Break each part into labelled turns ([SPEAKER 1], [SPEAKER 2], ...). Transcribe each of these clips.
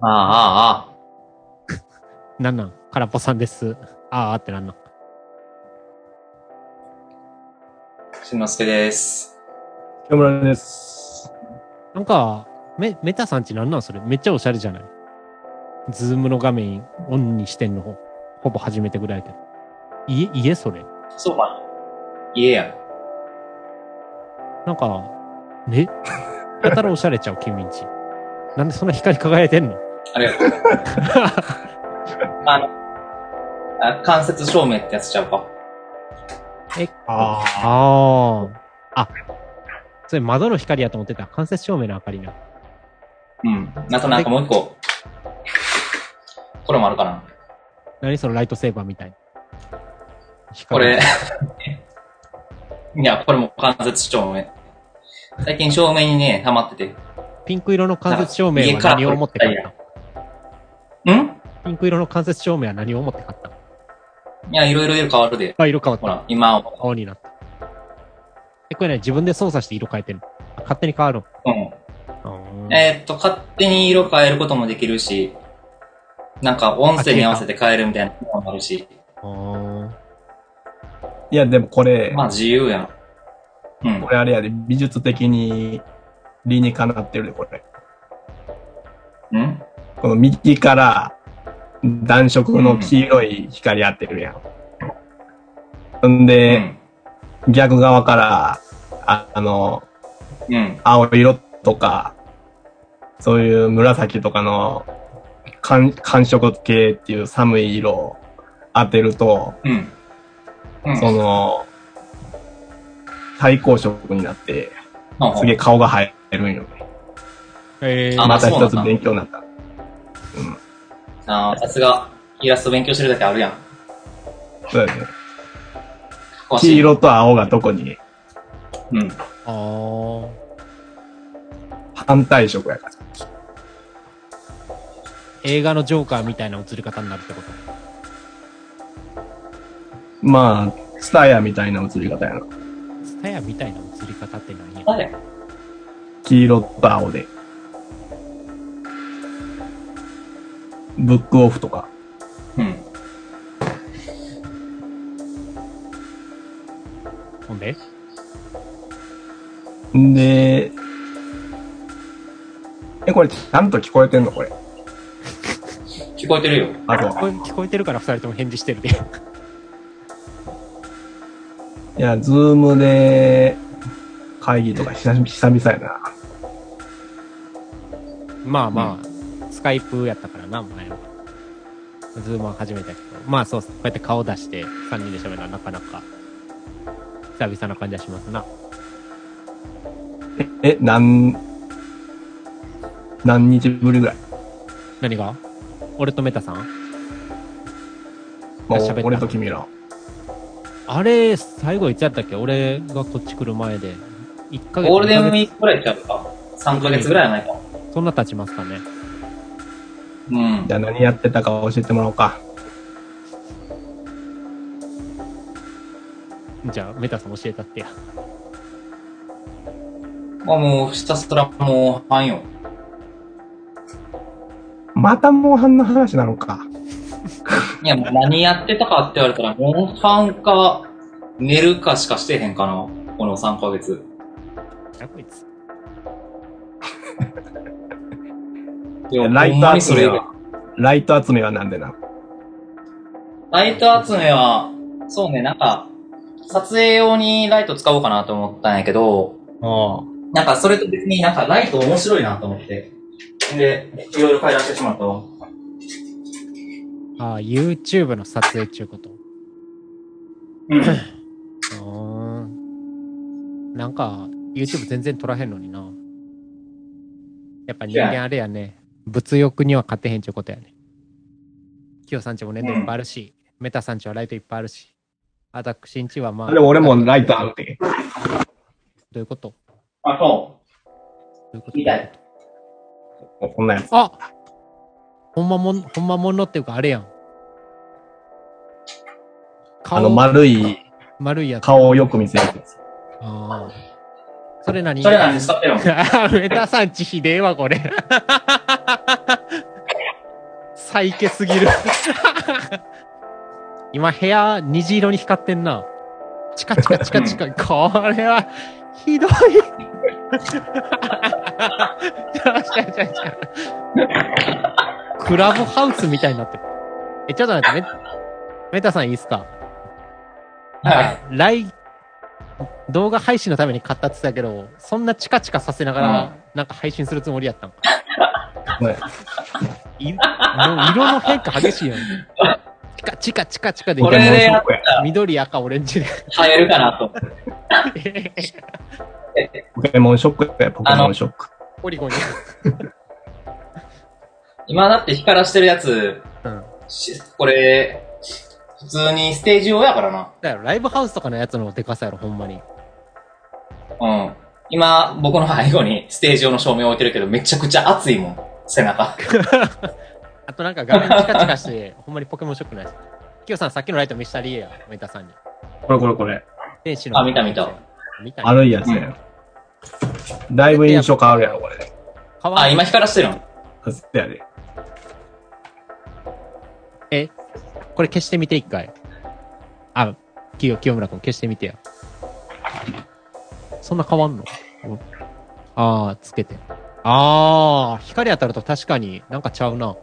[SPEAKER 1] ああ、ああ、
[SPEAKER 2] なんなん空っぽさんです。あーあってなんなん
[SPEAKER 1] ああ。しんのすけです。
[SPEAKER 3] 北村です。
[SPEAKER 2] なんか、メメタさんちなんなんそれめっちゃおしゃれじゃないズームの画面オンにしてんのほぼ初めてぐらいやけど。家、家それ
[SPEAKER 1] そうか。家やん。
[SPEAKER 2] なんか、ねやたらおしゃれちゃう、君んち。なんでそんな光り輝いてんの
[SPEAKER 1] ありがとう。 あの、あ間接照明ってやつちゃうか。
[SPEAKER 2] えああ。あ、それ窓の光やと思ってた。間接照明の明かりな。
[SPEAKER 1] うん。なんか、なんかもう一個。これもあるかな。
[SPEAKER 2] 何そのライトセーバーみたいな。
[SPEAKER 1] こ
[SPEAKER 2] 光る
[SPEAKER 1] れ。 いや、これも間接照明。最近照明にね、ハマってて。
[SPEAKER 2] ピンク色の間接照明
[SPEAKER 1] 家
[SPEAKER 2] は
[SPEAKER 1] から
[SPEAKER 2] 何を思って買っ
[SPEAKER 1] 撮り
[SPEAKER 2] た
[SPEAKER 1] ん
[SPEAKER 2] ピンク色の間接照明は何を思って買った
[SPEAKER 1] いや、いろいろ色変わるで。
[SPEAKER 2] あ、色変わっ
[SPEAKER 1] ほ
[SPEAKER 2] た。
[SPEAKER 1] ら、今、
[SPEAKER 2] 青になった。え、これね、自分で操作して色変えてるの。あ勝手に変わる
[SPEAKER 1] うん。
[SPEAKER 2] の。
[SPEAKER 1] えーっと、勝手に色変えることもできるし、なんか音声に合わせて変えるみたいなのもあるし、
[SPEAKER 2] うん。
[SPEAKER 3] いや、でもこれ、
[SPEAKER 1] まあ自由やん。うん
[SPEAKER 3] こ。れあれやで、美術的に理にかなってるで、これ。
[SPEAKER 1] うん
[SPEAKER 3] この右から暖色の黄色い光当てるやん。ん
[SPEAKER 1] う
[SPEAKER 3] で、
[SPEAKER 1] ん。
[SPEAKER 3] 逆側から、ああの、
[SPEAKER 1] うん。
[SPEAKER 3] 青色とか、そういう紫とかの寒寒色系っていう寒い色を当てると、
[SPEAKER 1] うん。うん。
[SPEAKER 3] その、対抗色になって、
[SPEAKER 1] ほうほう
[SPEAKER 3] すげえ顔が映えるんよね。
[SPEAKER 2] えー
[SPEAKER 1] あ
[SPEAKER 3] また
[SPEAKER 1] そうなん
[SPEAKER 3] 一つ
[SPEAKER 1] だ
[SPEAKER 3] 勉強になった。
[SPEAKER 1] あーさすが、イラスト勉強してるだけあるやん。
[SPEAKER 3] そうだね。
[SPEAKER 1] 詳しい
[SPEAKER 3] 黄。色と青が特に
[SPEAKER 1] うん。
[SPEAKER 2] あー
[SPEAKER 3] 反対色やから。
[SPEAKER 2] 映画のジョーカーみたいな映り方になるってこと。
[SPEAKER 3] まあ、スターやみたいな映り方やな。
[SPEAKER 2] スタヤみたいな映り方って何や
[SPEAKER 1] 誰や
[SPEAKER 3] 黄色と青で。ブックオフとか。
[SPEAKER 1] うん。
[SPEAKER 2] ほんで
[SPEAKER 3] んで、え、これちゃんと聞こえてんのこれ。
[SPEAKER 1] 聞こえてるよ。
[SPEAKER 3] あ
[SPEAKER 2] 聞
[SPEAKER 3] と、
[SPEAKER 2] こえ聞こえてるから二人とも返事してるで。
[SPEAKER 3] いや、ズームで会議とか久々久々やな。
[SPEAKER 2] まあまあ、スカイプやったからな、前は。ズームは初めてやけど。まあそうっす、こうやって顔出して3人で喋るのはなかなか、久々な感じはしますな。
[SPEAKER 3] え、なん、何日ぶりぐらい
[SPEAKER 2] 何が俺とメタさん
[SPEAKER 3] も
[SPEAKER 2] 喋っ
[SPEAKER 3] う
[SPEAKER 2] た
[SPEAKER 3] 俺と君ら。
[SPEAKER 2] あれ、最後いつやったっけ俺がこっち来る前で。1ヶ月。
[SPEAKER 1] ゴールデンウ
[SPEAKER 2] 二
[SPEAKER 1] ィー
[SPEAKER 2] ヶ
[SPEAKER 1] クぐらいちゃうか。3ヶ月ぐらいはないか。
[SPEAKER 2] 月そんな経ちますかね。
[SPEAKER 1] うん
[SPEAKER 3] じ。ゃあ何やってたか教えてもらおうか。
[SPEAKER 2] じゃあ、メタさん教えたってや。
[SPEAKER 1] まあもう、ひたすらもう、半よ。
[SPEAKER 3] またモンハンの話なのか。
[SPEAKER 1] いや、もう何やってたかって言われたら、モンハンか、寝るかしかしてへんかな。この3ヶ月。
[SPEAKER 2] じゃあこいつ。
[SPEAKER 1] いや
[SPEAKER 3] ライ
[SPEAKER 1] ほんま
[SPEAKER 3] ト
[SPEAKER 1] に
[SPEAKER 3] 集
[SPEAKER 1] それ
[SPEAKER 3] め
[SPEAKER 1] 以外
[SPEAKER 3] は、ライト集めはなんでな。
[SPEAKER 1] ライト集めは、そうね、なんか、撮影用にライト使おうかなと思ったんやけど、
[SPEAKER 3] ああ。
[SPEAKER 1] なんかそれと別になんかライト面白いなと思って。で、いろいろ買い出してしまったわ。
[SPEAKER 2] ああ、YouTube の撮影中こと。
[SPEAKER 1] うん。
[SPEAKER 2] うーん。なんか、YouTube 全然撮らへんのにな。やっぱ人間あれやね。物欲には勝てへんちゅうことやね。キヨさんちもネットいっぱいあるし、メタさんちはライトいっぱいあるし、私んちはまあ、
[SPEAKER 3] でも俺もライトあるって。
[SPEAKER 2] どういうこと
[SPEAKER 1] あ、そ
[SPEAKER 2] どういうこと
[SPEAKER 1] う。みたい。
[SPEAKER 3] こんなやつ。
[SPEAKER 2] あほんまもん、ほんまものっていうかあれやん。顔
[SPEAKER 3] あの丸い
[SPEAKER 2] 丸いやつ。
[SPEAKER 3] 顔をよく見せるやつ。
[SPEAKER 2] ああ。それ何
[SPEAKER 1] それ何使ってるの
[SPEAKER 2] あーメタさんちひでえわ、これ。最下すぎる。 今部屋虹色に光ってんな。チカチカチカチカ。これは、ひどい。 ちょちょちょちょクラブハウスみたいになってる。え、ちょっと待って、メメタさんいいっすか
[SPEAKER 1] はい。
[SPEAKER 2] 来、動画配信のために買ったって言ってたけど、そんなチカチカさせなが
[SPEAKER 1] う
[SPEAKER 2] ら、なんか配信するつもりやったんか。
[SPEAKER 3] はい
[SPEAKER 2] いもう色の変化激しいよね。チカチカチカチカで、
[SPEAKER 1] これでやっ
[SPEAKER 2] 緑、赤、オレンジで。
[SPEAKER 1] 入えるかなと。
[SPEAKER 3] ポケモンショックや、ポケモンショック。
[SPEAKER 2] ポリゴンに。
[SPEAKER 1] 今だって光らしてるやつ、
[SPEAKER 2] うん。
[SPEAKER 1] しこれ、普通にステージ用やからな。
[SPEAKER 2] だよ、ライブハウスとかのやつのでかさやろ、ほんまに。
[SPEAKER 1] うん。今、僕の背後にステージ用の照明置いてるけど、めちゃくちゃ熱いもん。背中。
[SPEAKER 2] あとなんか画面チカチ カして、ほんまにポケモンショックないです。キヨさん、さっきのライト見せたりえや、メタさんに。
[SPEAKER 3] これこれこれ。
[SPEAKER 2] 天使の。
[SPEAKER 1] あ見た見た。
[SPEAKER 2] 見た。
[SPEAKER 3] 悪いやつや。だいぶ印象変わるやろ、これ。
[SPEAKER 2] かわ
[SPEAKER 1] あ、
[SPEAKER 2] いい
[SPEAKER 1] 今。光らしてるの
[SPEAKER 3] そうやで。
[SPEAKER 2] これ消してみて、一回。あ、キヨ、清村君消してみてよ。そんな変わんのあー、つけて。あー、光当たると確かになんかちゃうな。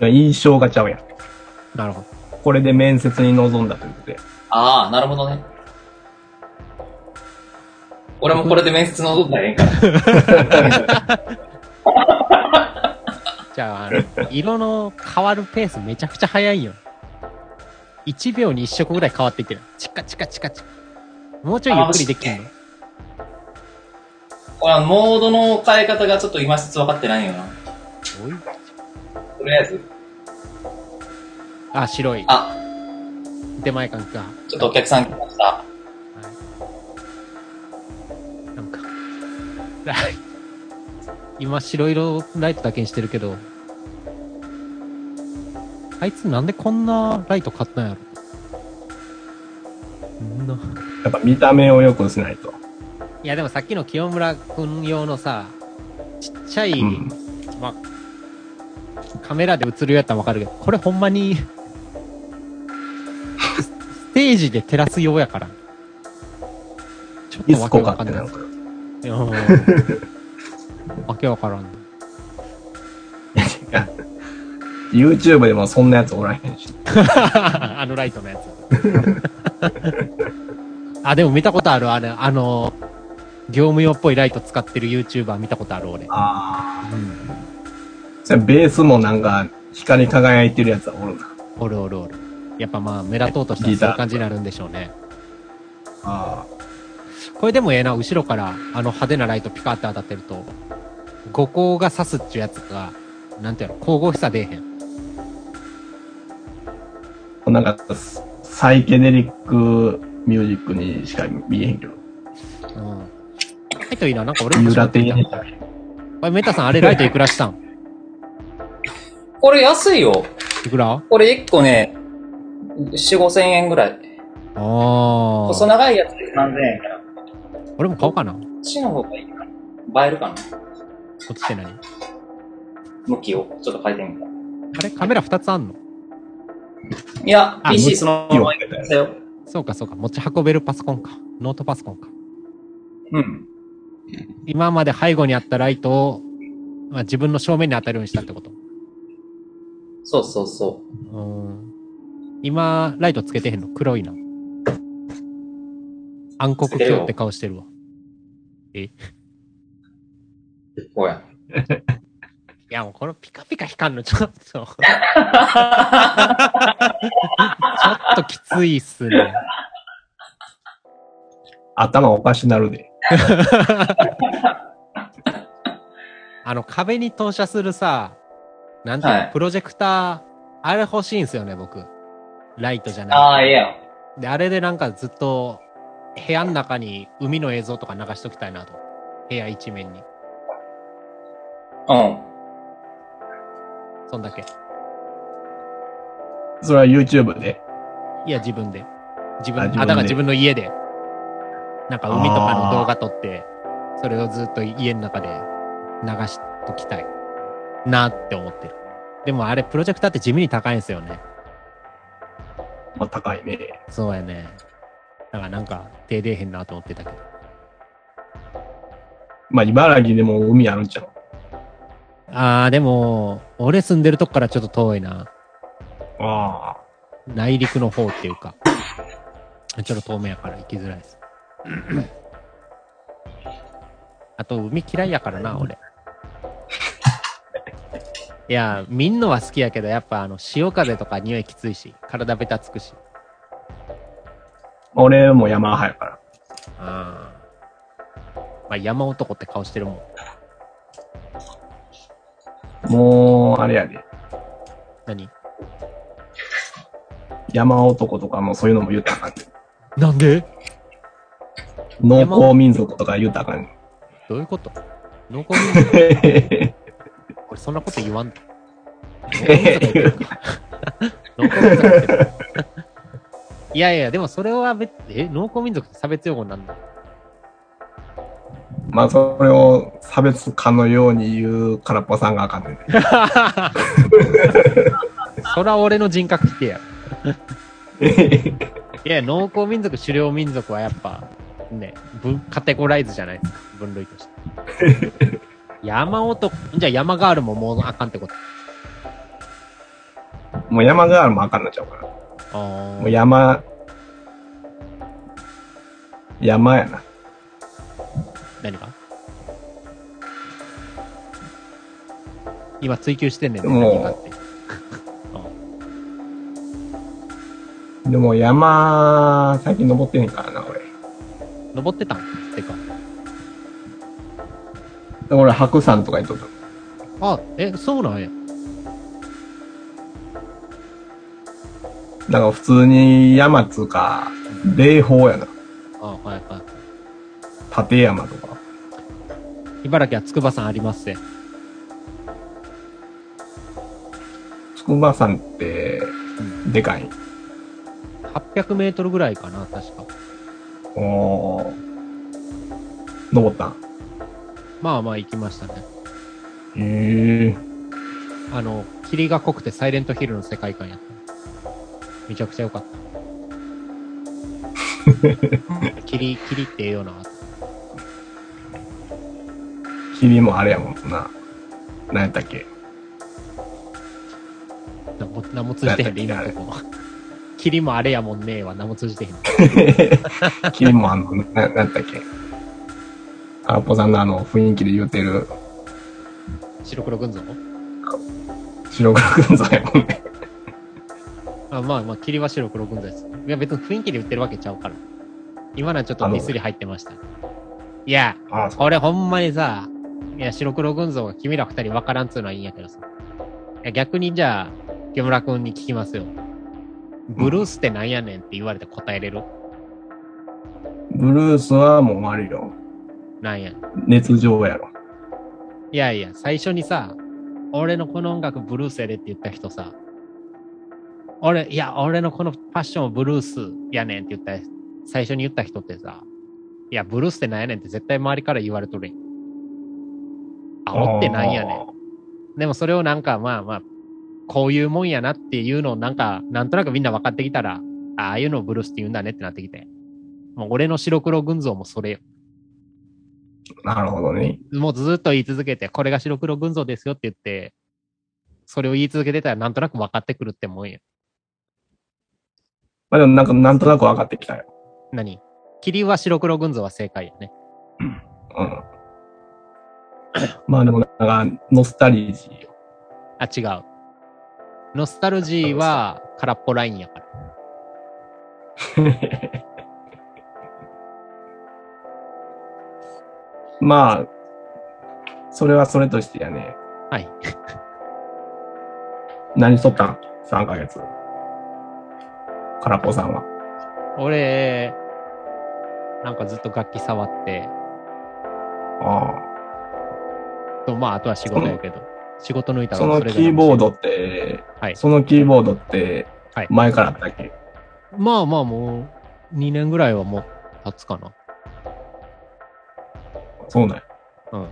[SPEAKER 3] 印象がちゃうやん。
[SPEAKER 2] なるほど。
[SPEAKER 3] これで面接に臨んだということで。
[SPEAKER 1] ああ、なるほどね。俺もこれで面接のどったらええんかな。
[SPEAKER 2] じゃあ、あ の色の変わるペースめちゃくちゃ早いよ。1秒に1色ぐらい変わっていってる。チカチカチカチカ。もうちょいゆっくりできるの
[SPEAKER 1] 俺はモードの変え方がちょっと今一つ分かってないよな。
[SPEAKER 2] おい
[SPEAKER 1] とりあえず。
[SPEAKER 2] あ、白い。
[SPEAKER 1] あ、
[SPEAKER 2] 出前感か。
[SPEAKER 1] ちょっとお客さん来ました。
[SPEAKER 2] なんか。 ライ今、白色ライトだけにしてるけど。あいつなんでこんなライト買ったんやろこんな。
[SPEAKER 3] やっぱ見た目を良くしないと。
[SPEAKER 2] いや、でもさっきの清村くん用のさ、ちっちゃい、
[SPEAKER 3] うん
[SPEAKER 2] まあ、カメラで映るやったらわかるけど、これほんまに、ステージで照らすようやから。ちょっ
[SPEAKER 3] ディ
[SPEAKER 2] と
[SPEAKER 3] ス
[SPEAKER 2] わけ
[SPEAKER 3] コ
[SPEAKER 2] わか
[SPEAKER 3] かっ
[SPEAKER 2] ん
[SPEAKER 3] て
[SPEAKER 2] ない
[SPEAKER 3] な。んか。
[SPEAKER 2] いやーわけわからん。
[SPEAKER 3] YouTube でもそんなやつおらへんし。
[SPEAKER 2] あのライトのやつ。 あ、でも見たことある、あれ、あの、業務用っぽいライト使ってる YouTuber 見たことある、俺。
[SPEAKER 3] あ
[SPEAKER 2] うん
[SPEAKER 3] あ。それベースもなんか光り輝いてるやつはおるな。
[SPEAKER 2] おるおるおる。やっぱまあ、目立とうとしたら
[SPEAKER 3] ギ
[SPEAKER 2] そ
[SPEAKER 3] ター
[SPEAKER 2] ういう感じになるんでしょうね。
[SPEAKER 3] あ
[SPEAKER 2] これでもええな、後ろから、あの派手なライトピカって当たってると、五光が刺すっちゅうやつが、なんていうの、光合差出えへん。
[SPEAKER 3] あ。なんかサイケデリックミュージックにしか見えへんけど。
[SPEAKER 2] うん。ライトいいな、なんか俺も
[SPEAKER 3] ユー
[SPEAKER 2] 欲しな
[SPEAKER 3] ラ
[SPEAKER 2] って
[SPEAKER 3] テ
[SPEAKER 2] き
[SPEAKER 3] に
[SPEAKER 2] た。おい、メタさん、あれライトいくらしたん
[SPEAKER 1] これ安いよ。
[SPEAKER 2] いくらあ
[SPEAKER 1] これ1個ね、4、5千円ぐらい。
[SPEAKER 2] あ
[SPEAKER 1] 細
[SPEAKER 2] ー。
[SPEAKER 1] 長いやつで3000円から。こ
[SPEAKER 2] 俺も買おうかな。こ
[SPEAKER 1] っちの方がいいかな。映えるかな。
[SPEAKER 2] っちって何
[SPEAKER 1] 向きをちょっと変えてみた。
[SPEAKER 2] あれカメラ2つあんの
[SPEAKER 1] いや、
[SPEAKER 2] あ
[SPEAKER 1] PC そのまま
[SPEAKER 3] 向きを変えたやつ
[SPEAKER 1] だよ。
[SPEAKER 2] そうかそうか、持ち運べるパソコンか。ノートパソコンか。
[SPEAKER 1] うん。
[SPEAKER 2] 今まで背後にあったライトを、まあ、自分の正面に当たるようにしたってこと。
[SPEAKER 1] そうそうそう
[SPEAKER 2] ーん今、ライトつけてへんの黒いな。暗黒鏡って顔してるわ。
[SPEAKER 1] う。こうや。
[SPEAKER 2] いや、もうこのピカピカ光るのちょっと、ちょっときついっすね。
[SPEAKER 3] 頭おかしなるで。
[SPEAKER 2] あの壁に投射するさ、なんて、
[SPEAKER 1] はい
[SPEAKER 2] プロジェクター、あれ欲しいんすよね、僕。ライトじゃない。
[SPEAKER 1] ああ、いや。
[SPEAKER 2] で、あれでなんかずっと部屋の中に海の映像とか流しときたいなと。部屋一面に。
[SPEAKER 1] うん。
[SPEAKER 2] そんだけ。
[SPEAKER 3] それは YouTube で。
[SPEAKER 2] いや、自分で。自分
[SPEAKER 3] あ自分
[SPEAKER 2] あ、だ
[SPEAKER 3] で
[SPEAKER 2] から自分の家で。なんか海とかの動画撮って、それをずっと家の中で流しときたい。なって思ってる。でもあれ、プロジェクターって地味に高いんですよね。
[SPEAKER 3] まあ、高いね。
[SPEAKER 2] そうやね。だからなんか、手出えへんなと思ってたけど。
[SPEAKER 3] まあ、茨城でも海あるんちゃう
[SPEAKER 2] あー、でも、俺住んでるとこからちょっと遠いな。
[SPEAKER 3] あ
[SPEAKER 2] 内陸の方っていうか。ちょっと遠めやから行きづらいです。 あと、海嫌いやからな、俺。いや、見んのは好きやけど、やっぱあの、潮風とか匂いきついし、体ベタつくし。
[SPEAKER 3] あ。俺も山派やから。
[SPEAKER 2] あまあ、山男って顔してるもん。
[SPEAKER 3] もう、あれやで。
[SPEAKER 2] 何
[SPEAKER 3] 山男とかもそういうのも言ったらあかんね。
[SPEAKER 2] なんで
[SPEAKER 3] 農耕民族とか言ったらあかんね。
[SPEAKER 2] どういうこと農耕民族 俺そんなこと言わんと。農耕民族やけど いやいや、でもそれは別、え、農耕民族って差別用語になんだ。
[SPEAKER 3] まあ、それを差別化のように言う空っぽさんがあかんねん。
[SPEAKER 2] そら俺の人格否定やろ。いや、農耕民族、狩猟民族はやっぱ、ね、分、カテゴライズじゃないですか。分類として。 山男、じゃあ山ガールももうあかんってこと。
[SPEAKER 3] もう山があるもあかんなっちゃうから。
[SPEAKER 2] あ
[SPEAKER 3] もう山、山やな。
[SPEAKER 2] 何が今追求してんねんね、
[SPEAKER 3] もう
[SPEAKER 2] 何がって。
[SPEAKER 3] でも山、最近登ってへんからな、俺。
[SPEAKER 2] 登ってたんてか。
[SPEAKER 3] 俺、白山とか行っとった。
[SPEAKER 2] あ、え、そうなんや。
[SPEAKER 3] だから普通に山っつうか、霊峰やな。
[SPEAKER 2] あ、はいは
[SPEAKER 3] 立山とか。
[SPEAKER 2] い。茨城は筑波山ありますね。
[SPEAKER 3] 筑波山って、でかい。
[SPEAKER 2] 800メートルぐらいかな、確か。
[SPEAKER 3] おー。登ったん
[SPEAKER 2] まあまあ行きましたね。
[SPEAKER 3] へえ。
[SPEAKER 2] あの、霧が濃くてサイレントヒルの世界観やった。めちゃくちゃ良かった。霧、霧ってええよな。
[SPEAKER 3] 霧もあれやもんな。何やったっ け
[SPEAKER 2] なんも、なんも通じてへんで、今のとこ。霧もあれやもんねえわ、なんも通じてへん。
[SPEAKER 3] 霧もあんの、な何やったっけ空っぽさんのあの雰囲気で言うてる
[SPEAKER 2] 白黒群像
[SPEAKER 3] 白黒軍像やもんね。
[SPEAKER 2] あまあまあ、霧は白黒軍像です。いや、別に雰囲気で売ってるわけちゃうから。今のはちょっとミスり入ってました。いや、
[SPEAKER 3] ああ、そ
[SPEAKER 2] 俺ほんまにさ、いや、白黒群像が君ら二人分からんつうのはいいんやけどさ。いや、逆にじゃあ、木村くんに聞きますよ。ブルースってなんやねんって言われて答えれる、
[SPEAKER 3] うブルースはもうあるよ。
[SPEAKER 2] なんやねん。
[SPEAKER 3] 熱情やろ。
[SPEAKER 2] いやいや、最初にさ、俺のこの音楽ブルースやでって言った人さ、俺、いや、俺のこのファッションブルースやねんって言った、最初に言った人ってさ、いや、ブルースってなんやねんって絶対周りから言われとるやん。煽ってなんやねん。でもそれをなんかまあまあ、こういうもんやなっていうのをなんか、なんとなくみんな分かってきたら、あああいうのをブルースって言うんだねってなってきて。もう俺の白黒群像もそれよ。
[SPEAKER 3] ん。なるほどね。
[SPEAKER 2] もうずっと言い続けて、これが白黒群像ですよって言って、それを言い続けてたらなんとなく分かってくるってもんよ。
[SPEAKER 3] まあでもなんか、なんとなく分かってきたよ。
[SPEAKER 2] 何霧は白黒群像は正解やね。
[SPEAKER 3] うん。まあでもなんか、ノスタルジーよ。
[SPEAKER 2] あ、違う。ノスタルジーは空っぽラインやから。
[SPEAKER 3] まあ、それはそれとしてやね。
[SPEAKER 2] はい。
[SPEAKER 3] 何しとったん ?3 ヶ月。空っぽさんは。
[SPEAKER 2] 俺、なんかずっと楽器触って、
[SPEAKER 3] あ
[SPEAKER 2] とまああとは仕事やけど、仕事抜いた
[SPEAKER 3] あ。
[SPEAKER 2] ら
[SPEAKER 3] その
[SPEAKER 2] れぞ
[SPEAKER 3] キ
[SPEAKER 2] れ
[SPEAKER 3] ー
[SPEAKER 2] の
[SPEAKER 3] ボードって、
[SPEAKER 2] はい
[SPEAKER 3] そのキーボードって
[SPEAKER 2] はい、
[SPEAKER 3] 前からあったっけ、
[SPEAKER 2] まあまあもう、2年ぐらいはもう経つかな。
[SPEAKER 3] そうなんや。
[SPEAKER 2] うん。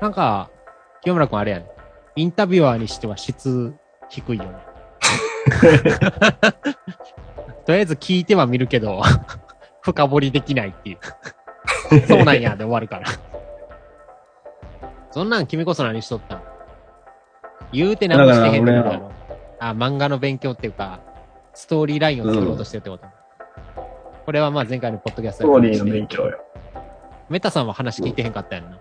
[SPEAKER 2] なんか、清村くんあれやね。インタビュアーにしては質低い よね。とりあえず聞いては見るけど、深掘りできないっていう。そうなんや、で終わるから。そんなん君こそ何しとったん言うて何もしてへんのに
[SPEAKER 3] だ
[SPEAKER 2] だ
[SPEAKER 3] から俺
[SPEAKER 2] ろ。あ、漫画の勉強っていうか、ストーリーラインを作ろうとしてるってこと。これはまあ前回のポッドキャス
[SPEAKER 3] ス
[SPEAKER 2] ト
[SPEAKER 3] ト
[SPEAKER 2] で
[SPEAKER 3] ーリーの勉強よ。
[SPEAKER 2] メタさんは話聞いてへんかったやんな。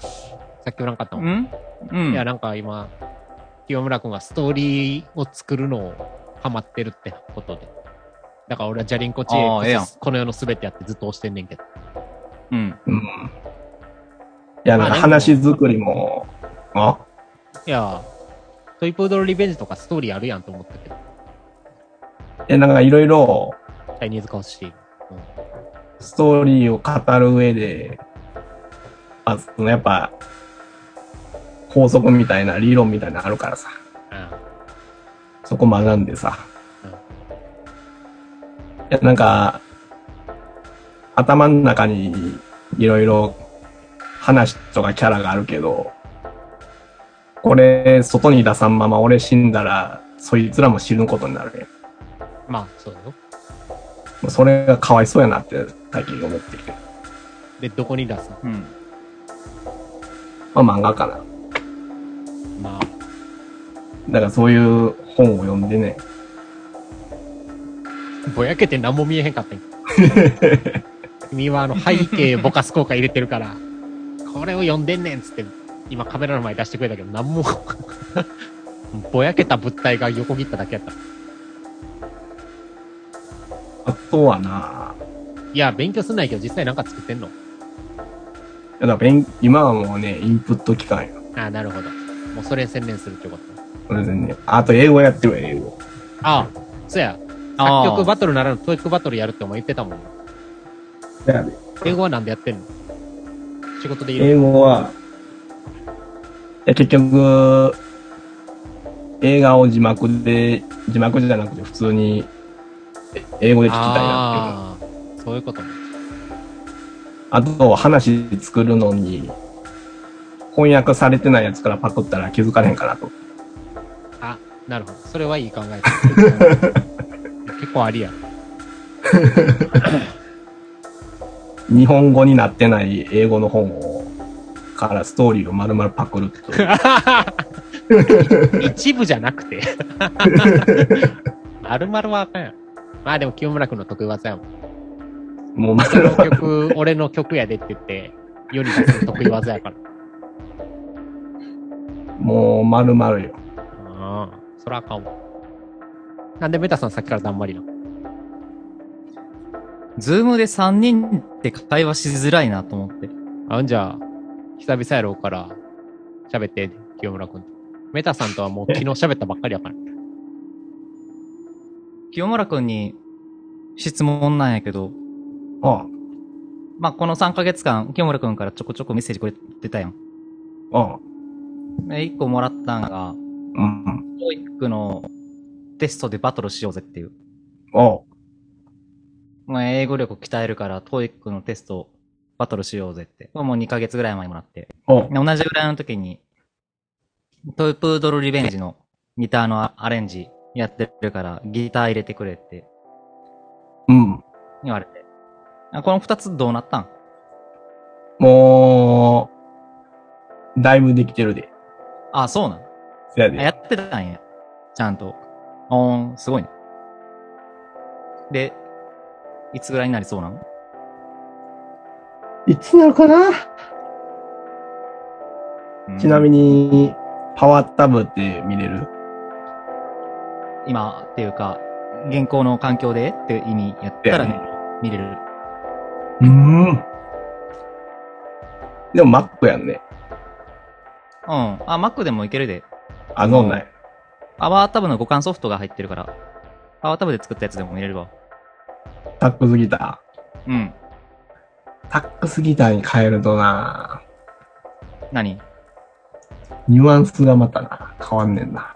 [SPEAKER 2] さっきおらんかったもん。
[SPEAKER 1] んうん。
[SPEAKER 2] いや、なんか今、清村くんがストーリーを作るのをハマってるってことで。だから俺はジャリンコチ
[SPEAKER 1] あーええやん
[SPEAKER 2] X この世のすべてやってずっと押してんねんけど。
[SPEAKER 1] うん。
[SPEAKER 3] うん。いや、なんか話作りも、あ
[SPEAKER 2] いや、トイプードルリベンジとかストーリーあるやんと思ったけど。
[SPEAKER 3] え、なんかいろいろ
[SPEAKER 2] チャイニーズカオシティ。
[SPEAKER 3] ストーリーを語る上で、あそのやっぱ、法則みたいな、理論みたいなのあるからさ、そこ学んでさ
[SPEAKER 2] うん。
[SPEAKER 3] いや、なんか、頭の中にいろいろ話とかキャラがあるけど、これ、外に出さんまま俺死んだら、そいつらも死ぬことになるね。
[SPEAKER 2] うん。まあ、そうだよ。
[SPEAKER 3] もうそれがかわいそうやなって最近思ってきて。
[SPEAKER 2] で、どこに出すの
[SPEAKER 1] うん。
[SPEAKER 3] まあ漫画かな。
[SPEAKER 2] まあ、
[SPEAKER 3] だからそういう本を読んでね。
[SPEAKER 2] ぼやけて何も見えへんかったんや君はあの背景ぼかす効果入れてるから、これを読んでんねんっつって、今カメラの前に出してくれたけど、何も、 ぼやけた物体が横切っただけやった。
[SPEAKER 3] あとはな、
[SPEAKER 2] いや、勉強すんないけど、実際なんか作ってんの
[SPEAKER 3] いやだから勉今はもうね、インプット期間よ。
[SPEAKER 2] ああ、なるほど。もうそれに専念するってこと。
[SPEAKER 3] それでね。あと英語やってるわ、英語。
[SPEAKER 2] ああ、そうや。
[SPEAKER 1] あー
[SPEAKER 2] 作曲バトルならぬトイックバトルやるってお前言ってたもん。
[SPEAKER 3] だよね
[SPEAKER 2] 英語はなんでやってんの仕事でいる
[SPEAKER 3] 英語は、いや結局、映画を字幕で、字幕じゃなくて普通にえ英語で聞きたいなってい
[SPEAKER 2] あ
[SPEAKER 3] う。
[SPEAKER 2] あ、そういうことね。
[SPEAKER 3] あと話作るのに、翻訳されてないやつからパクったら気づかれへんかなと。
[SPEAKER 2] あ、なるほど。それはいい考えだ 結構ありや。
[SPEAKER 3] 日本語になってない英語の本を、からストーリーを丸々パクるっていう。
[SPEAKER 2] 一部じゃなくて。 丸々はあかんやろ。まあでも清村君の得意技やもん。
[SPEAKER 3] もう丸々。
[SPEAKER 2] 曲、俺の曲やでって言って、世に出す得意技やから。
[SPEAKER 3] もう丸々よ。
[SPEAKER 2] ああ、そらあかんわ。なんでメタさんさっきからだんまりなの
[SPEAKER 1] ズームで3人って会話しづらいなと思って。
[SPEAKER 2] あんじゃあ、久々やろうから、喋って、清村君と。メタさんとはもう昨日喋ったばっかりやから。
[SPEAKER 1] 清村くんに質問なんやけど、
[SPEAKER 3] あ
[SPEAKER 1] まあ、この3ヶ月間、清村くんからちょこちょこメッセージくれてたやん。
[SPEAKER 3] あ、ああ、
[SPEAKER 1] で、1個もらったんが、
[SPEAKER 3] うん、
[SPEAKER 1] トイックのテストでバトルしようぜっていう。
[SPEAKER 3] あ
[SPEAKER 1] まあ、英語力鍛えるから、トイックのテスト、バトルしようぜって。これもう2ヶ月ぐらい前にもらって。
[SPEAKER 3] あ、ああ、
[SPEAKER 1] 同じぐらいの時に、トイプードルリベンジのギターのアレンジやってるから、ギター入れてくれって
[SPEAKER 3] うん。
[SPEAKER 1] 言われて。あこの2つどうなったん
[SPEAKER 3] もう、だいぶできてるで。
[SPEAKER 1] あ、そうなん
[SPEAKER 3] せや
[SPEAKER 1] あ
[SPEAKER 3] で。
[SPEAKER 1] やってたんや。ちゃんと。おーん、すごいね。で、いつぐらいになりそうなの
[SPEAKER 3] いつなのかなちなみ
[SPEAKER 1] に。
[SPEAKER 3] に、パワータブって見れる
[SPEAKER 1] 今っていうか、現行の環境でっていう意味やったらね、見れる。
[SPEAKER 3] うん。でも Mac やんね。
[SPEAKER 1] うん。あ、Mac でもいけるで。
[SPEAKER 3] あ、そうなんや。
[SPEAKER 1] パワータブの互換ソフトが入ってるから、パワータブで作ったやつでも見れるわ。
[SPEAKER 3] タックスギタ
[SPEAKER 1] うん。
[SPEAKER 3] ー。タックスギターに変えるとな
[SPEAKER 1] 何
[SPEAKER 3] ニュアンスがまたな、変わんねんな。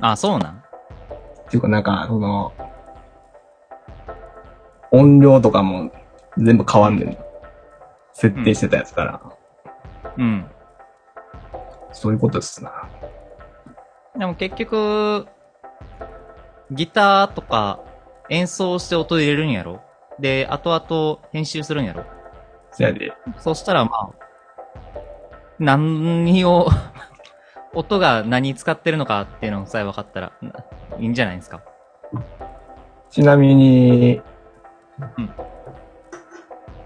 [SPEAKER 1] あ、そうなん
[SPEAKER 3] っていうかなんか、その、音量とかも全部変わんねんな。設定してたやつから。
[SPEAKER 1] うん。
[SPEAKER 3] そういうことですな。
[SPEAKER 1] でも結局、ギターとか演奏して音入れるんやろで、後々編集するんやろ
[SPEAKER 3] せやで。
[SPEAKER 1] そしたらまあ、何を、 音が何使ってるのかっていうのさえ分かったら、ないいんじゃないですか。
[SPEAKER 3] ちなみに、
[SPEAKER 1] うん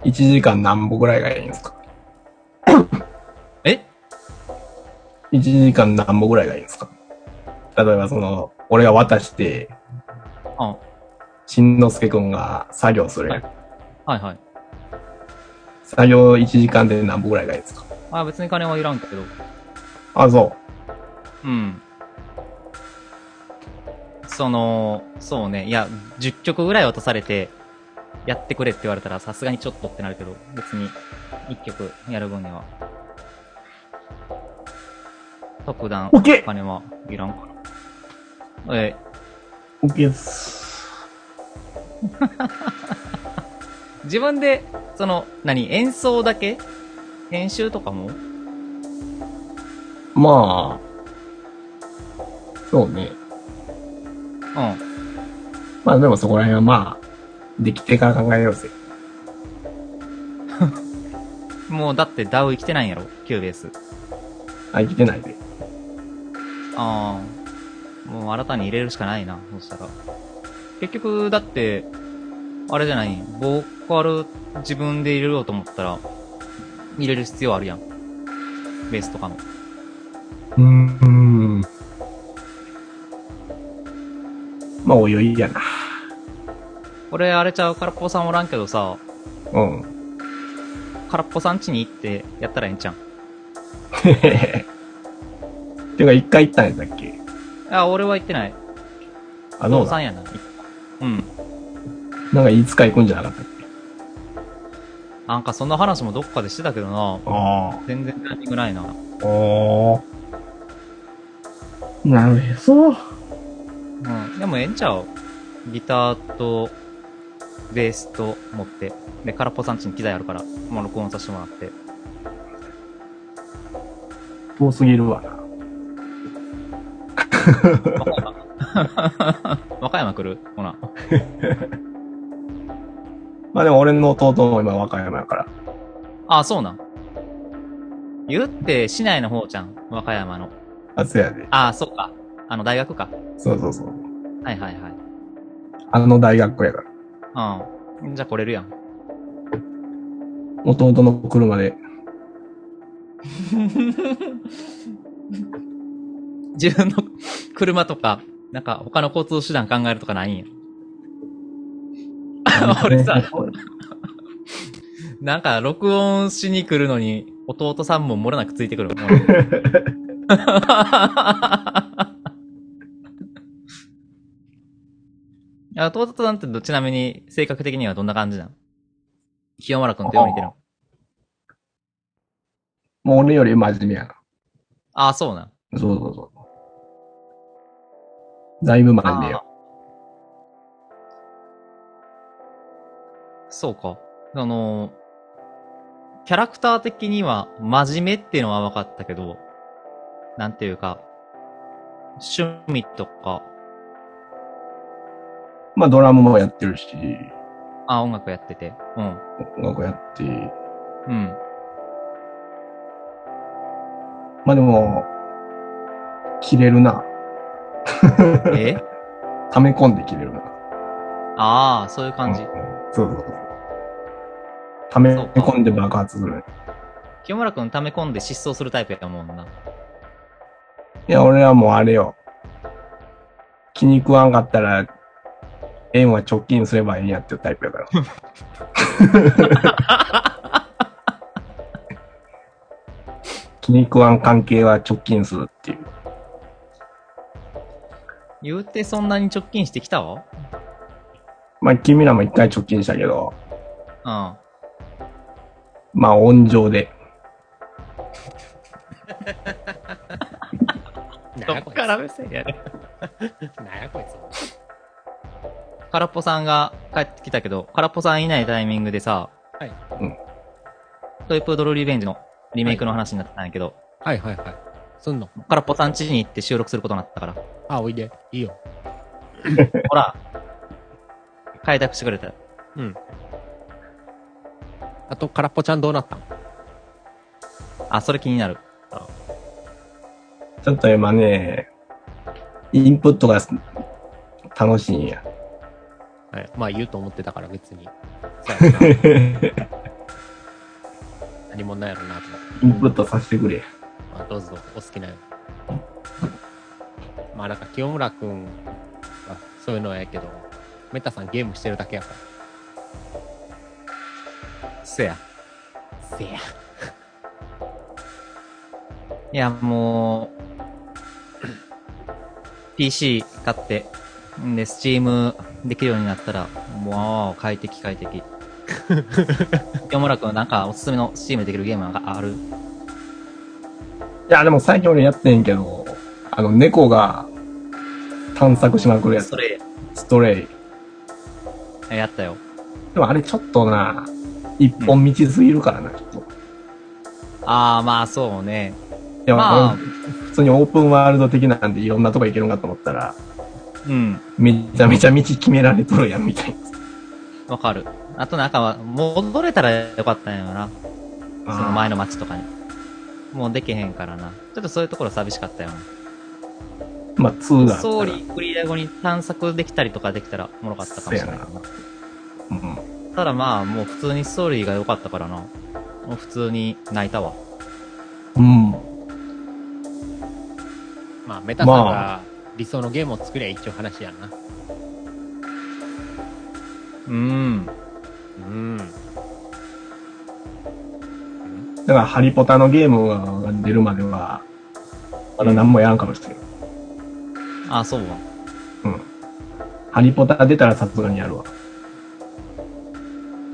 [SPEAKER 3] 1時間何歩ぐらいがいいんですか
[SPEAKER 1] え
[SPEAKER 3] ?1 時間何歩ぐらいがいいんですか例えばその、俺が渡して、
[SPEAKER 1] あ
[SPEAKER 3] しんのすけくんが作業するやん。
[SPEAKER 1] はいはい。
[SPEAKER 3] 作業1時間で何歩ぐらいがいいんですか
[SPEAKER 1] まあ別に金はいらんけど。
[SPEAKER 3] あ、そ
[SPEAKER 1] うん。その、そうね。いや、10曲ぐらい渡されて、やってくれって言われたら、さすがにちょっとってなるけど、別に、1曲やる分には。特段、
[SPEAKER 3] う。
[SPEAKER 1] お
[SPEAKER 3] OK!
[SPEAKER 1] 金はいらんから。え、
[SPEAKER 3] OK です。
[SPEAKER 1] 自分で、その、何、演奏だけ編集とかも
[SPEAKER 3] まあ、そうね。
[SPEAKER 1] うん。
[SPEAKER 3] まあでもそこら辺はまあ、できてから考えようぜ。
[SPEAKER 1] もうだって DAO 生きてないんやろキューベース。
[SPEAKER 3] あ、いけてないで。
[SPEAKER 1] ああ。もう新たに入れるしかないな、そしたら。結局、だって、あれじゃない、ボーカル自分で入れようと思ったら、入れる必要あるやん。ベースとかも。
[SPEAKER 3] うーん。まあ、おいやな。
[SPEAKER 1] 俺、あれちゃう、空っぽさんおらんけどさ、
[SPEAKER 3] うん。
[SPEAKER 1] 空っぽさん家に行ってやったらええんちゃうん。
[SPEAKER 3] ていうか、一回行ったんやったっけ
[SPEAKER 1] あ、俺は行ってない。
[SPEAKER 3] あ、どう
[SPEAKER 1] さ
[SPEAKER 3] だ
[SPEAKER 1] んやな。うん。
[SPEAKER 3] なんかいつか行くんじゃなかったっけ
[SPEAKER 1] なんかそんな話もどっかでしてたけどな、
[SPEAKER 3] あ
[SPEAKER 1] 全然タイミングないな。
[SPEAKER 3] あ。おー。なるへそ。
[SPEAKER 1] うん。でもええんちゃうギターと、ベースと持って。で、空っぽさんちに機材あるから、もう録音させてもらって。
[SPEAKER 3] 遠すぎるわな。
[SPEAKER 1] 和歌山和歌山来るほな。
[SPEAKER 3] まあでも俺の弟も今和歌山やから。
[SPEAKER 1] あ、そうなん。言って、市内の方じゃん。和歌山の。
[SPEAKER 3] あ、そやで。
[SPEAKER 1] あ、そうか。あの、大学か。
[SPEAKER 3] そうそうそう。
[SPEAKER 1] はいはいはい。
[SPEAKER 3] あの大学やから。
[SPEAKER 1] うん。じゃあ来れるやん。
[SPEAKER 3] 弟の車 で。
[SPEAKER 1] 自分の 車とか、なんか他の交通手段考えるとかないんや。 俺さなんか録音しに来るのに、弟さんも漏れなくついてくるもん。いや弟さんってどちなみに性格的にはどんな感じなの清村くんとよう似てるの
[SPEAKER 3] もう俺より真面目やな。
[SPEAKER 1] ああ、そうなん。
[SPEAKER 3] そうそうそう。だいぶ前でよ。
[SPEAKER 1] そうか。あの、キャラクター的には真面目っていうのは分かったけど、なんていうか、趣味とか、
[SPEAKER 3] まあドラムもやってるし、
[SPEAKER 1] あ、音楽やってて。うん。
[SPEAKER 3] 音楽やって、
[SPEAKER 1] うん。
[SPEAKER 3] まあでも、切れるな。
[SPEAKER 1] え
[SPEAKER 3] 溜め込んで切れるな。
[SPEAKER 1] ああ、そういう感じ
[SPEAKER 3] うん。そうそうそう。溜め込んで爆発する。
[SPEAKER 1] 清村くん溜め込んで失踪するタイプやと思うんな。
[SPEAKER 3] いや、俺はもうあれよ。気に食わんかったら、円は直近すればいいやっていうタイプやから。気に食わん関係は直近するっていう。
[SPEAKER 1] 言うてそんなに直近してきたわ
[SPEAKER 3] まあ、君らも一回直近したけど、
[SPEAKER 1] うん。
[SPEAKER 3] まあ、温情で。
[SPEAKER 2] なんやこい
[SPEAKER 1] 目線やね。
[SPEAKER 2] つ。なんやこいつ。
[SPEAKER 1] 空っぽさんが帰ってきたけど、空っぽさんいないタイミングでさ、
[SPEAKER 2] はい
[SPEAKER 3] うん。
[SPEAKER 1] トイプードルリベンジのリメイクの話になったんやけど、
[SPEAKER 2] はいはいはい。すんの
[SPEAKER 1] こっからポタンチに行って収録することにな ったから。
[SPEAKER 2] あ、おいで。いいよ。
[SPEAKER 1] ほら、開拓してくれたよ。
[SPEAKER 2] あと、空っぽちゃんどうなったん
[SPEAKER 1] あ、それ気になる。
[SPEAKER 3] ちょっと今ね、インプットが楽しいん や。
[SPEAKER 2] はい。まあ言うと思ってたから別に。そうやろな何もないやろなと思って。
[SPEAKER 3] インプットさせてくれ。
[SPEAKER 2] まあどうぞ、お好きなように。まあなんか清村くんはそういうのはやけど、メタさんゲームしてるだけやか
[SPEAKER 1] せや。
[SPEAKER 2] ら。せや。
[SPEAKER 1] いや、もう、PC 買って、んで、Steam できるようになったら、もう、快適快 適。よもらくん、なんか、おすすめの Steam でできるゲームがある
[SPEAKER 3] いや、でも最近俺やってんけど、あの、猫が探索しまくるやつ
[SPEAKER 1] そ。れ、
[SPEAKER 3] ストレイ。
[SPEAKER 1] やったよ。
[SPEAKER 3] でもあれちょっとな、一本道すぎるからな、ちょっと。
[SPEAKER 1] ああ、まあ、そうね。
[SPEAKER 3] でも、
[SPEAKER 1] まあ、
[SPEAKER 3] 普通にオープンワールド的なんでいろんなとこ行けるんかと思ったら、
[SPEAKER 1] うん。
[SPEAKER 3] めちゃめちゃ道決められとるやん、みたい
[SPEAKER 1] わかる。あとなんかは、戻れたらよかったんやろな。
[SPEAKER 3] な。
[SPEAKER 1] その前
[SPEAKER 3] の。
[SPEAKER 1] の街とかに。もうできへんからな。ちょっとそういうところ寂しかったよな。
[SPEAKER 3] まあ、2があったら。
[SPEAKER 1] 総理クリア後に探索できたりとかできたらおもろかったかもしれないけどな。
[SPEAKER 3] うん。
[SPEAKER 1] ただまあ、もう普通にストーリーが良かったからな。もう普通に泣いたわ。
[SPEAKER 3] うん。
[SPEAKER 2] まあメタさん
[SPEAKER 3] ま
[SPEAKER 2] が理想のゲームを作りゃ一応話やんな。
[SPEAKER 1] うん。
[SPEAKER 2] うん。
[SPEAKER 3] だから、ハリポタのゲームが出るまでは、まだ何もやらんかもしれん。
[SPEAKER 1] あ、そうわ。
[SPEAKER 3] うん。ハリポタ出たらさすがにやるわ。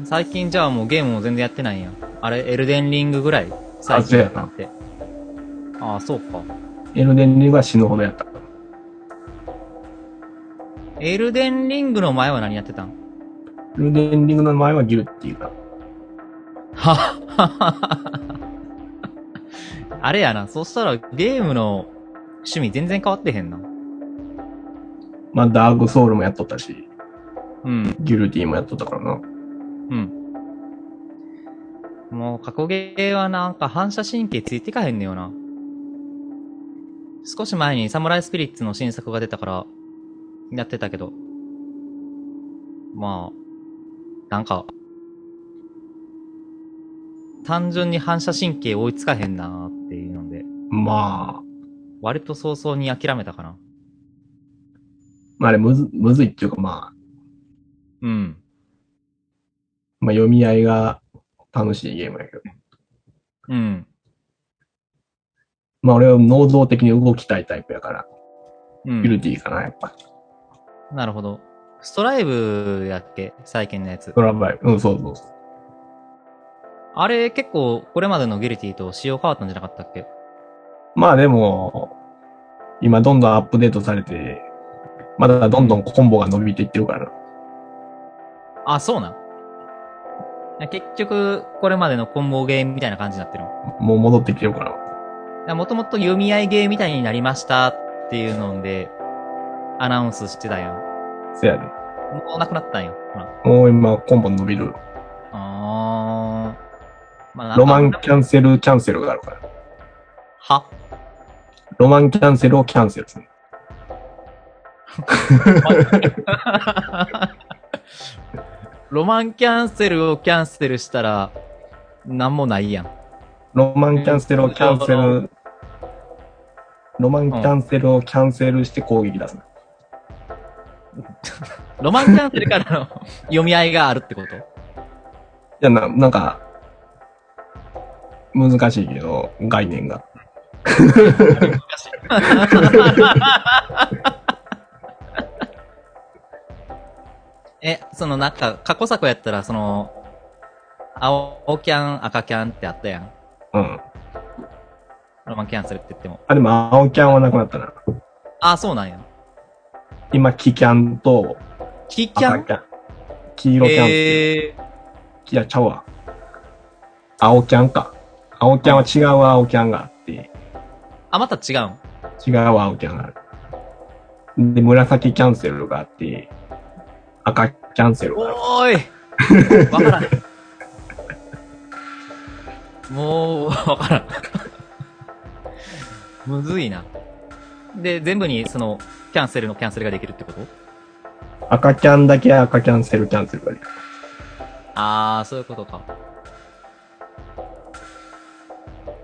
[SPEAKER 1] 最近じゃあもうゲームを全然やってないんや。あれ、エルデンリングぐらい最近やったって。あ、そうか。
[SPEAKER 3] エルデンリングは死ぬほどやった。
[SPEAKER 1] エルデンリングの前は何やってたん
[SPEAKER 3] エルデンリングの前はギルティーが。
[SPEAKER 1] はっはっはっはあれやな、そしたらゲームの趣味全然変わってへんな。
[SPEAKER 3] まあ、ダークソウルもやっとったし、
[SPEAKER 1] うん、
[SPEAKER 3] ギルティーもやっとったからな。
[SPEAKER 1] うん。もう、過去ゲーはなんか反射神経ついてかへんのよな。少し前にサムライスピリッツの新作が出たから、やってたけど。まあ、なんか、単純に反射神経追いつかへんなーっていうので。
[SPEAKER 3] まあ、
[SPEAKER 1] 割と早々に諦めたかな。
[SPEAKER 3] まあ、あれむず、むずいっていうか、まあ、
[SPEAKER 1] うん。
[SPEAKER 3] まあ、読み合いが楽しいゲームやけど。
[SPEAKER 1] うん。
[SPEAKER 3] まあ、俺は能動的に動きたいタイプやから、
[SPEAKER 1] う
[SPEAKER 3] ギル
[SPEAKER 1] ん。
[SPEAKER 3] ティーかな、やっぱ。
[SPEAKER 1] なるほど。ストライブやっけ最近のやつ
[SPEAKER 3] ド。ラバイブ。うん、そうそうそう。
[SPEAKER 1] あれ結構これまでのギルティと仕様変わったんじゃなかったっけ
[SPEAKER 3] まあでも、今どんどんアップデートされて、まだどんどんコンボが伸びていってるからな。
[SPEAKER 1] あ、そうなん。結局、これまでのコンボゲームみたいな感じになってるの
[SPEAKER 3] もう戻ってきてるから。
[SPEAKER 1] いや。もともと読み合いゲームみたいになりましたっていうので、アナウンスしてたやん。
[SPEAKER 3] せやで。
[SPEAKER 1] もうなくなったんよ。ほら。
[SPEAKER 3] もう今コンボ伸びる。
[SPEAKER 1] あー。まあなんか
[SPEAKER 3] ロマンキャンセルキャンセルがあるから。
[SPEAKER 1] は
[SPEAKER 3] ロマンキャンセルをキャンセルする。
[SPEAKER 1] ロマンキャンセルをキャンセルしたら、なんもないやん。
[SPEAKER 3] ロマンキャンセルをキャンセル、ロマンキャンセルをキャンセルして攻撃出す。
[SPEAKER 1] ロマンキャンセルからの 読み合いがあるってこと
[SPEAKER 3] いや、な、なんか、難しいけど、概念が。
[SPEAKER 1] え、そのなんか、過去作やったら、その、青キャン、赤キャンってあったやん。
[SPEAKER 3] うん。
[SPEAKER 1] ロマンキャンセルって言っても。
[SPEAKER 3] あ、でも青キャンはなくなったな。
[SPEAKER 1] あ、そうなんや。
[SPEAKER 3] 今、キキャンと、
[SPEAKER 1] キキャ
[SPEAKER 3] 赤
[SPEAKER 1] ン
[SPEAKER 3] キャン。黄色キャンセル。
[SPEAKER 1] えー、
[SPEAKER 3] いや、ちゃうわ。青キャンか。青キャンは違う青キャンがあって、
[SPEAKER 1] あ、また違うん。
[SPEAKER 3] 違う青キャンがある。で、紫キャンセルがあって、赤キャンセルがある。
[SPEAKER 1] おーいわからん。もう、わからん。 むずいな。で、全部に、その、キャンセルのキャンセルができるってこと
[SPEAKER 3] 赤キャンだけ赤キャンセルキャンセルができる。
[SPEAKER 1] あー、そういうことか。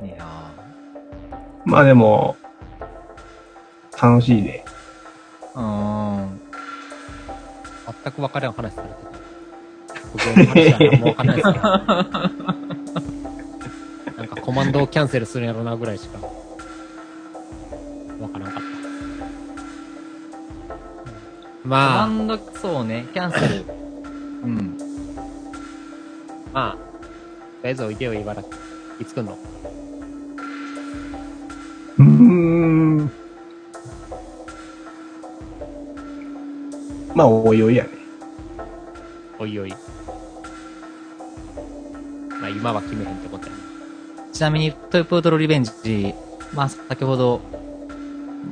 [SPEAKER 1] いや
[SPEAKER 3] まあでも、楽しいね。
[SPEAKER 1] ー、うーん。
[SPEAKER 2] 全く分からん話されてた。僕の話はもう分からないですからなんかコマンドをキャンセルするんやろなぐらいしか分からんかった。
[SPEAKER 1] コマ
[SPEAKER 2] まあ、
[SPEAKER 1] ンド、そうね、キャンセル。うん。
[SPEAKER 2] まあ、とりあえずおいでよ、茨城。いつ来んの
[SPEAKER 3] うーん。まあ、おいおいやね。
[SPEAKER 2] おいおい。まあ今は決めへんってことやな。
[SPEAKER 1] ちなみに、トイプードルリベンジ、まあ、先ほど、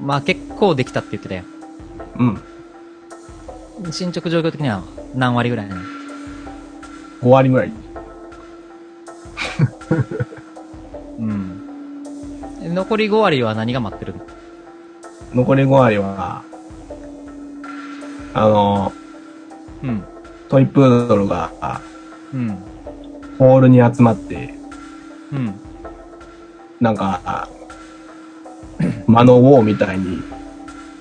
[SPEAKER 1] まあ、結構できたって言ってたよ。
[SPEAKER 3] うん。
[SPEAKER 1] 進捗状況的には何割ぐらいなの
[SPEAKER 3] 5割ぐらい。
[SPEAKER 1] うん。残り5割は何が待ってるの
[SPEAKER 3] 残り5割は、あの、
[SPEAKER 1] うん。
[SPEAKER 3] トイプードルが、
[SPEAKER 1] うん。
[SPEAKER 3] ホールに集まって、
[SPEAKER 1] うん。
[SPEAKER 3] なんか、マノウォーみたいに、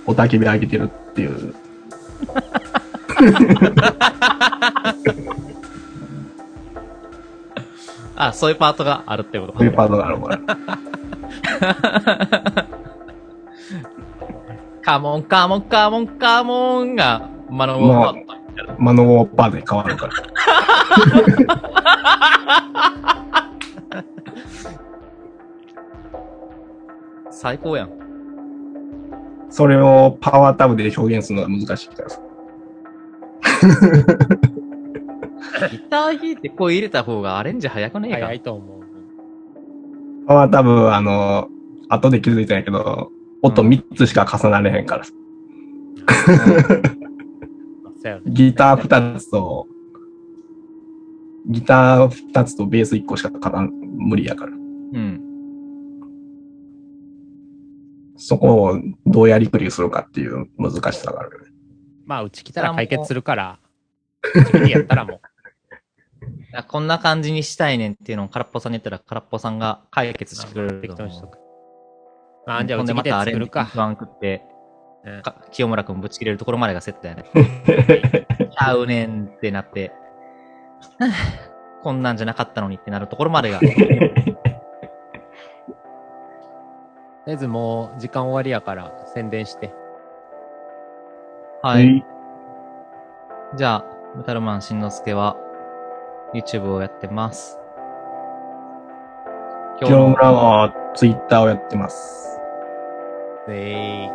[SPEAKER 3] おたけび上げてるっていう。
[SPEAKER 1] あ、そういうパートがあるってこと
[SPEAKER 3] そういうパートがあるから。
[SPEAKER 1] カモンカモンカモンカモンが、まの
[SPEAKER 3] ま
[SPEAKER 1] ま
[SPEAKER 3] あマノウォーパーで変わるから。
[SPEAKER 1] 最高やん。
[SPEAKER 3] それをパワータブで表現するのが難しいからさ。
[SPEAKER 1] ギター弾いて声入れた方がアレンジ早くねえか
[SPEAKER 2] 早いと思う。
[SPEAKER 3] パワータブ、あの、後で気づいたんやけど、音3つしか重なれへんからさ。
[SPEAKER 2] まあそうやろね
[SPEAKER 3] ギター2つと、ギター2つとベース1個しかか無理やから。
[SPEAKER 1] うん。
[SPEAKER 3] そこをどうやりくりするかっていう難しさがあるよね。
[SPEAKER 2] まあうち来たら解決するから、うちでやったらもう。
[SPEAKER 1] あこんな感じにしたいねんっていうのを空っぽさんに言ったら空っぽさんが解決してくれる
[SPEAKER 2] 適
[SPEAKER 1] と
[SPEAKER 2] 当に
[SPEAKER 1] 思
[SPEAKER 2] しと
[SPEAKER 1] う。
[SPEAKER 2] く。まあ、じゃあ、
[SPEAKER 1] ほ
[SPEAKER 2] うん
[SPEAKER 1] で
[SPEAKER 2] ち
[SPEAKER 1] ま
[SPEAKER 2] で
[SPEAKER 1] たアレン
[SPEAKER 2] 作
[SPEAKER 1] ジ
[SPEAKER 2] るか。
[SPEAKER 1] 不安食って、
[SPEAKER 2] うん
[SPEAKER 1] か清村くんぶち切れるところまでがセットやね。 ちゃうねんってなって、はぁこんなんじゃなかったのにってなるところまで が。
[SPEAKER 2] とりあえずもう、時間終わりやから、宣伝して。
[SPEAKER 1] はい。じゃあ、メタルマンしんのすけは、YouTube をやってます。
[SPEAKER 3] 清村はツイッターをやってます。
[SPEAKER 2] えい。